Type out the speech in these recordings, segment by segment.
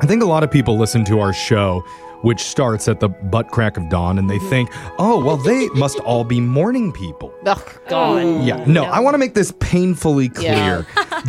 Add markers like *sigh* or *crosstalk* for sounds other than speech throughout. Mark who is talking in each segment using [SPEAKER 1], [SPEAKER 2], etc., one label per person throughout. [SPEAKER 1] I think a lot of people listen to our show, which starts at the butt crack of dawn, and they
[SPEAKER 2] Mm-hmm.
[SPEAKER 1] think, oh, well, they must all be morning people.
[SPEAKER 2] Ugh, God.
[SPEAKER 1] Yeah, no, I want to make this painfully
[SPEAKER 2] *laughs*
[SPEAKER 1] clear.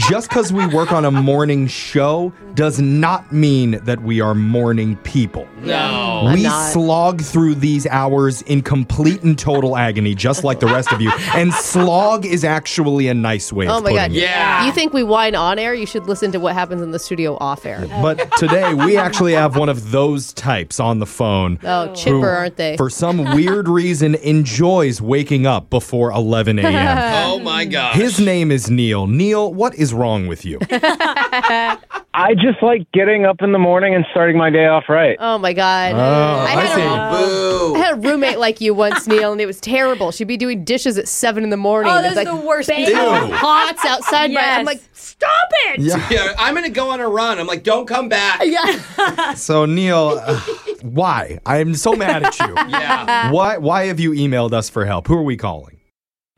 [SPEAKER 1] Just because we work on a morning show does not mean that we are morning people.
[SPEAKER 2] No.
[SPEAKER 1] we
[SPEAKER 2] not.
[SPEAKER 1] slog through these hours in complete and total agony, just like the rest of you. And slog is actually a nice way
[SPEAKER 2] Oh
[SPEAKER 1] of
[SPEAKER 2] my
[SPEAKER 1] putting
[SPEAKER 2] God.
[SPEAKER 1] it.
[SPEAKER 2] You think we whine on air? You should listen to what happens in the studio off air.
[SPEAKER 1] But today we actually have one of those types on the phone.
[SPEAKER 2] Oh, chipper,
[SPEAKER 1] who,
[SPEAKER 2] aren't they?
[SPEAKER 1] For some weird reason, enjoys waking up before 11
[SPEAKER 3] *laughs*
[SPEAKER 1] a.m.
[SPEAKER 3] Oh my gosh.
[SPEAKER 1] His name is Neil. Neil, what is wrong with you?
[SPEAKER 4] I just like getting up in the morning and starting my day off right.
[SPEAKER 2] Oh my God. I
[SPEAKER 1] I
[SPEAKER 2] had a-
[SPEAKER 1] see.
[SPEAKER 3] Boo.
[SPEAKER 2] I had a roommate like you once, Neil, and it was terrible. She'd be doing dishes at seven in the morning.
[SPEAKER 5] Oh,
[SPEAKER 2] and
[SPEAKER 5] those
[SPEAKER 2] it's like,
[SPEAKER 5] are the worst
[SPEAKER 2] bang, *laughs*
[SPEAKER 5] people.
[SPEAKER 1] Ew.
[SPEAKER 2] Pots outside. my- I'm like,
[SPEAKER 5] stop it.
[SPEAKER 3] Yeah, I'm gonna go on a run. I'm like, don't come back. Yeah.
[SPEAKER 1] So Neil, uh, why? I'm so mad at you. *laughs* Why? Why have you emailed us for help? Who are we calling?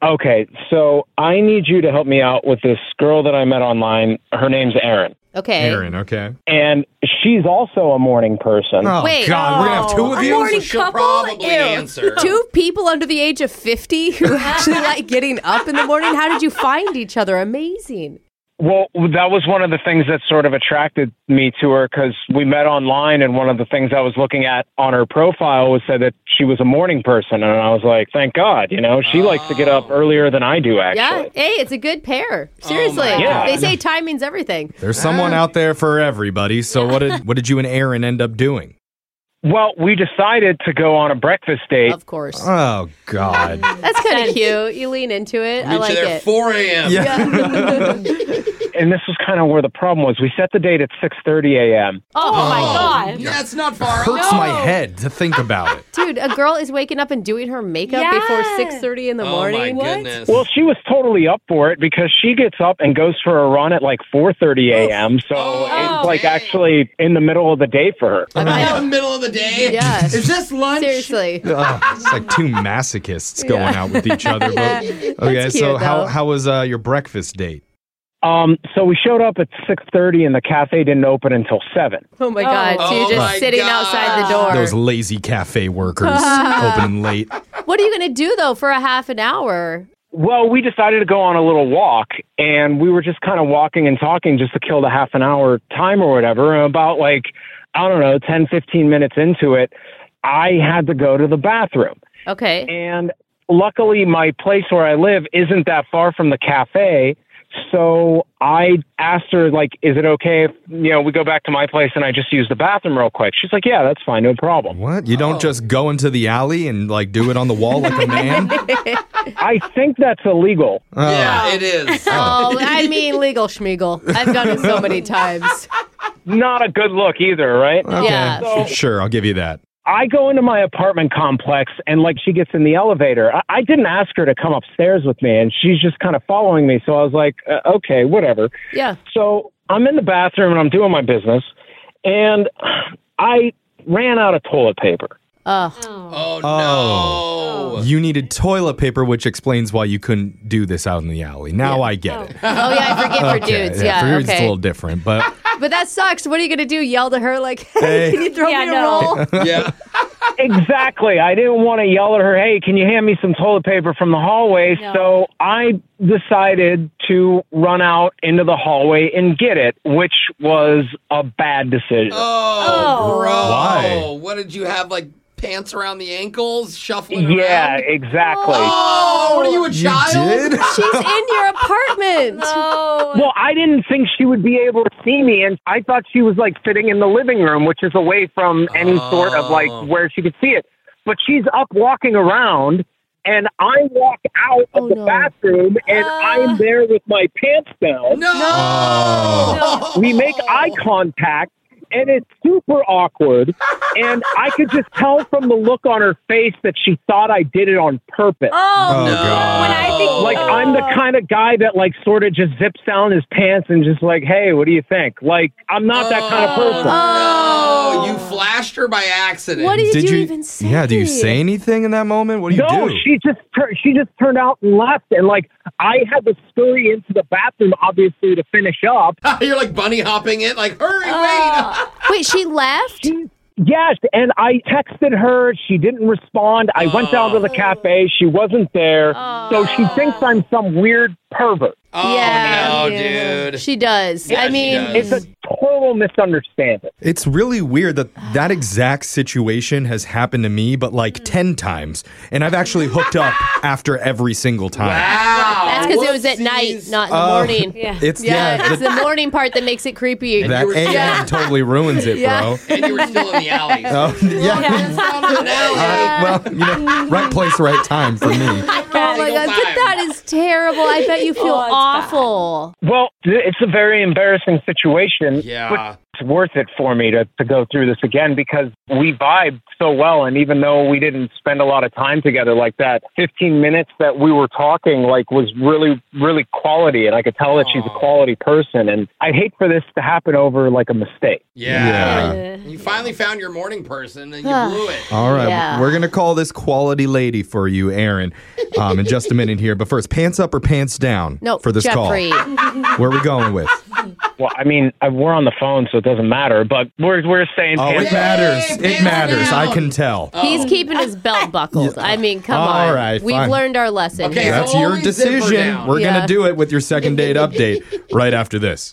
[SPEAKER 4] Okay, so I need you to help me out with this girl that I met online. Her name's Erin.
[SPEAKER 2] okay.
[SPEAKER 1] Aaron. Okay.
[SPEAKER 4] And she's also a morning person.
[SPEAKER 1] Oh
[SPEAKER 2] Wait.
[SPEAKER 1] God, we're gonna have two
[SPEAKER 5] Oh,
[SPEAKER 1] of
[SPEAKER 5] a
[SPEAKER 1] you.
[SPEAKER 5] morning
[SPEAKER 3] she'll
[SPEAKER 5] couple?
[SPEAKER 3] probably
[SPEAKER 5] Ew.
[SPEAKER 3] answer.
[SPEAKER 2] Two people under the age of 50 who actually like getting up in the morning. How did you find each other? Amazing.
[SPEAKER 4] Well, that was one of the things that sort of attracted me to her because we met online, and one of the things I was looking at on her profile was said that she was a morning person, and I was like, thank God, you know, she likes to get up earlier than I do,
[SPEAKER 2] Yeah.
[SPEAKER 4] actually.
[SPEAKER 2] Hey, it's a good pair. Seriously.
[SPEAKER 3] my
[SPEAKER 4] God.
[SPEAKER 2] They say timing's everything.
[SPEAKER 1] There's someone out there for everybody. So what did what did you and Aaron end up doing?
[SPEAKER 4] Well, we decided to go on a breakfast date.
[SPEAKER 2] Of course.
[SPEAKER 1] Oh God.
[SPEAKER 5] *laughs*
[SPEAKER 2] That's kind of cute. You lean into it. I
[SPEAKER 3] Meet
[SPEAKER 2] like
[SPEAKER 3] you there at
[SPEAKER 2] it.
[SPEAKER 3] 4 a.m.
[SPEAKER 4] and this was kind of where the problem was. We set the date at 6:30 a.m.
[SPEAKER 5] Oh, my God.
[SPEAKER 3] Yeah, it's not far off.
[SPEAKER 1] Hurts my head to think about it.
[SPEAKER 2] Dude, a girl is waking up and doing her makeup before
[SPEAKER 5] Yeah.
[SPEAKER 2] 6.30 in the
[SPEAKER 3] Oh my
[SPEAKER 2] morning.
[SPEAKER 3] goodness.
[SPEAKER 4] Well, she was totally up for it because she gets up and goes for a run at like 4:30 a.m. So
[SPEAKER 3] Oh, Uh-huh.
[SPEAKER 4] it's like
[SPEAKER 3] dang.
[SPEAKER 4] actually in the middle of the day for her.
[SPEAKER 3] Am I out in the middle of the day?
[SPEAKER 2] Yeah.
[SPEAKER 3] Is this lunch?
[SPEAKER 2] Seriously.
[SPEAKER 1] Ugh, it's like two masochists going out with
[SPEAKER 2] *laughs*
[SPEAKER 1] each other. But, okay,
[SPEAKER 2] That's
[SPEAKER 1] so
[SPEAKER 2] cute,
[SPEAKER 1] how
[SPEAKER 2] though.
[SPEAKER 1] how was uh, your breakfast date?
[SPEAKER 4] Um, so we showed up at 6:30 and the cafe didn't open until 7.
[SPEAKER 2] Oh my
[SPEAKER 5] Oh.
[SPEAKER 2] God. So you're
[SPEAKER 3] Oh
[SPEAKER 2] just
[SPEAKER 3] my
[SPEAKER 2] sitting
[SPEAKER 3] God.
[SPEAKER 2] outside the door.
[SPEAKER 1] Those lazy cafe
[SPEAKER 2] *laughs*
[SPEAKER 1] workers opening late.
[SPEAKER 2] What are you going to do, though, for a half an hour?
[SPEAKER 4] Well, we decided to go on a little walk and we were just kind of walking and talking just to kill the half an hour time or whatever. And about like, I don't know, 10, 15 minutes into it, I had to go to the bathroom.
[SPEAKER 2] Okay.
[SPEAKER 4] And luckily, my place where I live isn't that far from the cafe. So I asked her, like, is it okay if, you know, we go back to my place and I just use the bathroom real quick? She's like, yeah, that's fine, no problem.
[SPEAKER 1] What? You don't
[SPEAKER 2] Oh.
[SPEAKER 1] just go into the alley and like do it on the wall like a
[SPEAKER 2] *laughs*
[SPEAKER 1] man?
[SPEAKER 4] I think that's illegal.
[SPEAKER 1] Oh.
[SPEAKER 3] Yeah, it is.
[SPEAKER 2] Oh, I mean, legal schmiegel. I've done it
[SPEAKER 3] *laughs*
[SPEAKER 2] so many times.
[SPEAKER 4] Not a good look either, right?
[SPEAKER 1] Okay.
[SPEAKER 2] Yeah.
[SPEAKER 4] So-
[SPEAKER 1] Sure, I'll give you that.
[SPEAKER 4] I go into my apartment complex and, like, she gets in the elevator. I, I didn't ask her to come upstairs with me and she's just kind of following me. So I was like, uh, okay, whatever.
[SPEAKER 2] Yeah.
[SPEAKER 4] So I'm in the bathroom and I'm doing my business, and I ran out of toilet paper.
[SPEAKER 2] Uh,
[SPEAKER 1] Oh.
[SPEAKER 3] Oh, no.
[SPEAKER 1] You needed toilet paper, which explains why you couldn't do this out in the alley. Now I get it.
[SPEAKER 2] oh, yeah, I forget for
[SPEAKER 1] Okay,
[SPEAKER 2] dudes. Yeah,
[SPEAKER 1] for yours it's a
[SPEAKER 2] okay.
[SPEAKER 1] little different,
[SPEAKER 2] *laughs*
[SPEAKER 1] but
[SPEAKER 2] But that sucks. What are you going to do? Yell to her, like, *laughs*
[SPEAKER 1] Hey.
[SPEAKER 2] can you throw
[SPEAKER 5] Yeah,
[SPEAKER 2] me a
[SPEAKER 5] no.
[SPEAKER 2] roll?
[SPEAKER 3] Yeah.
[SPEAKER 4] Exactly. I didn't want to yell at her, hey, can you hand me some toilet paper from the hallway?
[SPEAKER 5] No.
[SPEAKER 4] So I decided to run out into the hallway and get it, which was a bad decision.
[SPEAKER 3] Oh,
[SPEAKER 5] Oh.
[SPEAKER 3] bro.
[SPEAKER 1] Why?
[SPEAKER 3] What did you have, like, pants around the ankles, shuffling
[SPEAKER 4] yeah,
[SPEAKER 3] around?
[SPEAKER 4] exactly.
[SPEAKER 3] Oh, what are you, a child?
[SPEAKER 1] *laughs* did?
[SPEAKER 2] She's in your
[SPEAKER 5] *laughs*
[SPEAKER 2] apartment.
[SPEAKER 5] Oh.
[SPEAKER 4] Well, I didn't think she would be able to see me, and I thought she was like sitting in the living room, which is away from any sort of like
[SPEAKER 3] Oh.
[SPEAKER 4] where she could see it. But she's up walking around, and I walk out of
[SPEAKER 2] Oh,
[SPEAKER 4] the
[SPEAKER 2] no.
[SPEAKER 4] bathroom, and I'm there with my pants down.
[SPEAKER 3] No.
[SPEAKER 4] We make eye contact, and it's super awkward. and I could just tell from the look on her face that she thought I did it on purpose.
[SPEAKER 1] Oh,
[SPEAKER 5] Oh. When
[SPEAKER 1] God.
[SPEAKER 5] I think
[SPEAKER 4] Like
[SPEAKER 5] oh.
[SPEAKER 4] I'm the kind of guy that like sort of just zips down his pants and just like, hey, what do you think? Like I'm not that kind of person.
[SPEAKER 3] Oh, So you flashed her by accident.
[SPEAKER 2] What did, you, even say?
[SPEAKER 1] Yeah, do you say anything in that moment? What do you
[SPEAKER 4] No,
[SPEAKER 1] do?
[SPEAKER 4] she just tur- she just turned out and left, and like I had to scurry into the bathroom, obviously, to finish up.
[SPEAKER 3] *laughs* You're like bunny hopping it, like, hurry, wait.
[SPEAKER 2] Wait, she left?
[SPEAKER 4] Yes, and I texted her. She didn't respond. I went down to the cafe. She wasn't there, so she thinks I'm some weird pervert.
[SPEAKER 3] Oh, no, dude.
[SPEAKER 2] She does. I
[SPEAKER 3] she
[SPEAKER 2] mean,
[SPEAKER 3] does.
[SPEAKER 4] It's a total misunderstanding.
[SPEAKER 1] It's really weird that that exact situation has happened to me, but like 10 times. And I've actually hooked up after every single time.
[SPEAKER 3] Wow.
[SPEAKER 2] that's because it was at night,
[SPEAKER 3] Whoopsies.
[SPEAKER 2] not in the
[SPEAKER 1] Uh,
[SPEAKER 2] morning.
[SPEAKER 5] Yeah.
[SPEAKER 1] It's,
[SPEAKER 2] *laughs* Yeah,
[SPEAKER 1] yeah,
[SPEAKER 2] it's
[SPEAKER 1] the-
[SPEAKER 2] the morning part that makes it creepy.
[SPEAKER 1] that
[SPEAKER 3] were-
[SPEAKER 1] AM
[SPEAKER 3] Yeah.
[SPEAKER 1] totally ruins it, bro.
[SPEAKER 3] and you were still in the alley.
[SPEAKER 1] Oh, *laughs* yeah.
[SPEAKER 3] It's down in an alley.
[SPEAKER 1] *laughs* Uh, well, you know, right place, right time for me.
[SPEAKER 2] Oh my god, but that is terrible. I bet you feel
[SPEAKER 5] Oh, it's
[SPEAKER 2] awful.
[SPEAKER 4] Well, th- it's a very embarrassing situation. But
[SPEAKER 3] Yeah.
[SPEAKER 4] it's worth it for me to, to go through this again because we vibed so well. And even though we didn't spend a lot of time together like that, 15 minutes that we were talking like was really, really quality. And I could tell that she's a quality person. And I'd hate for this to happen over like a mistake.
[SPEAKER 3] Yeah.
[SPEAKER 1] Yeah.
[SPEAKER 3] You finally found your morning person and you
[SPEAKER 2] Ugh.
[SPEAKER 3] blew it.
[SPEAKER 1] All right,
[SPEAKER 2] Yeah.
[SPEAKER 1] we're gonna call this quality lady for you, Aaron, um, in just a minute here. But first, pants up or pants down
[SPEAKER 2] No,
[SPEAKER 1] for this
[SPEAKER 2] Jeffrey.
[SPEAKER 1] call? Where are we going with?
[SPEAKER 4] Well, I mean, I, we're on the phone, so it doesn't matter, but we're, we're saying
[SPEAKER 1] Oh, it
[SPEAKER 4] pants-
[SPEAKER 1] matters.
[SPEAKER 3] pants
[SPEAKER 1] It matters. I
[SPEAKER 3] down.
[SPEAKER 1] can tell.
[SPEAKER 2] He's keeping his belt buckled. I mean, come
[SPEAKER 1] All
[SPEAKER 2] on.
[SPEAKER 1] right,
[SPEAKER 2] We've
[SPEAKER 1] fine.
[SPEAKER 2] learned our lesson.
[SPEAKER 3] Okay,
[SPEAKER 2] here.
[SPEAKER 1] That's
[SPEAKER 3] so
[SPEAKER 1] your
[SPEAKER 3] always zipper
[SPEAKER 1] decision.
[SPEAKER 3] down.
[SPEAKER 1] We're
[SPEAKER 2] Yeah.
[SPEAKER 3] *laughs*
[SPEAKER 1] gonna do it with your second date update right after this.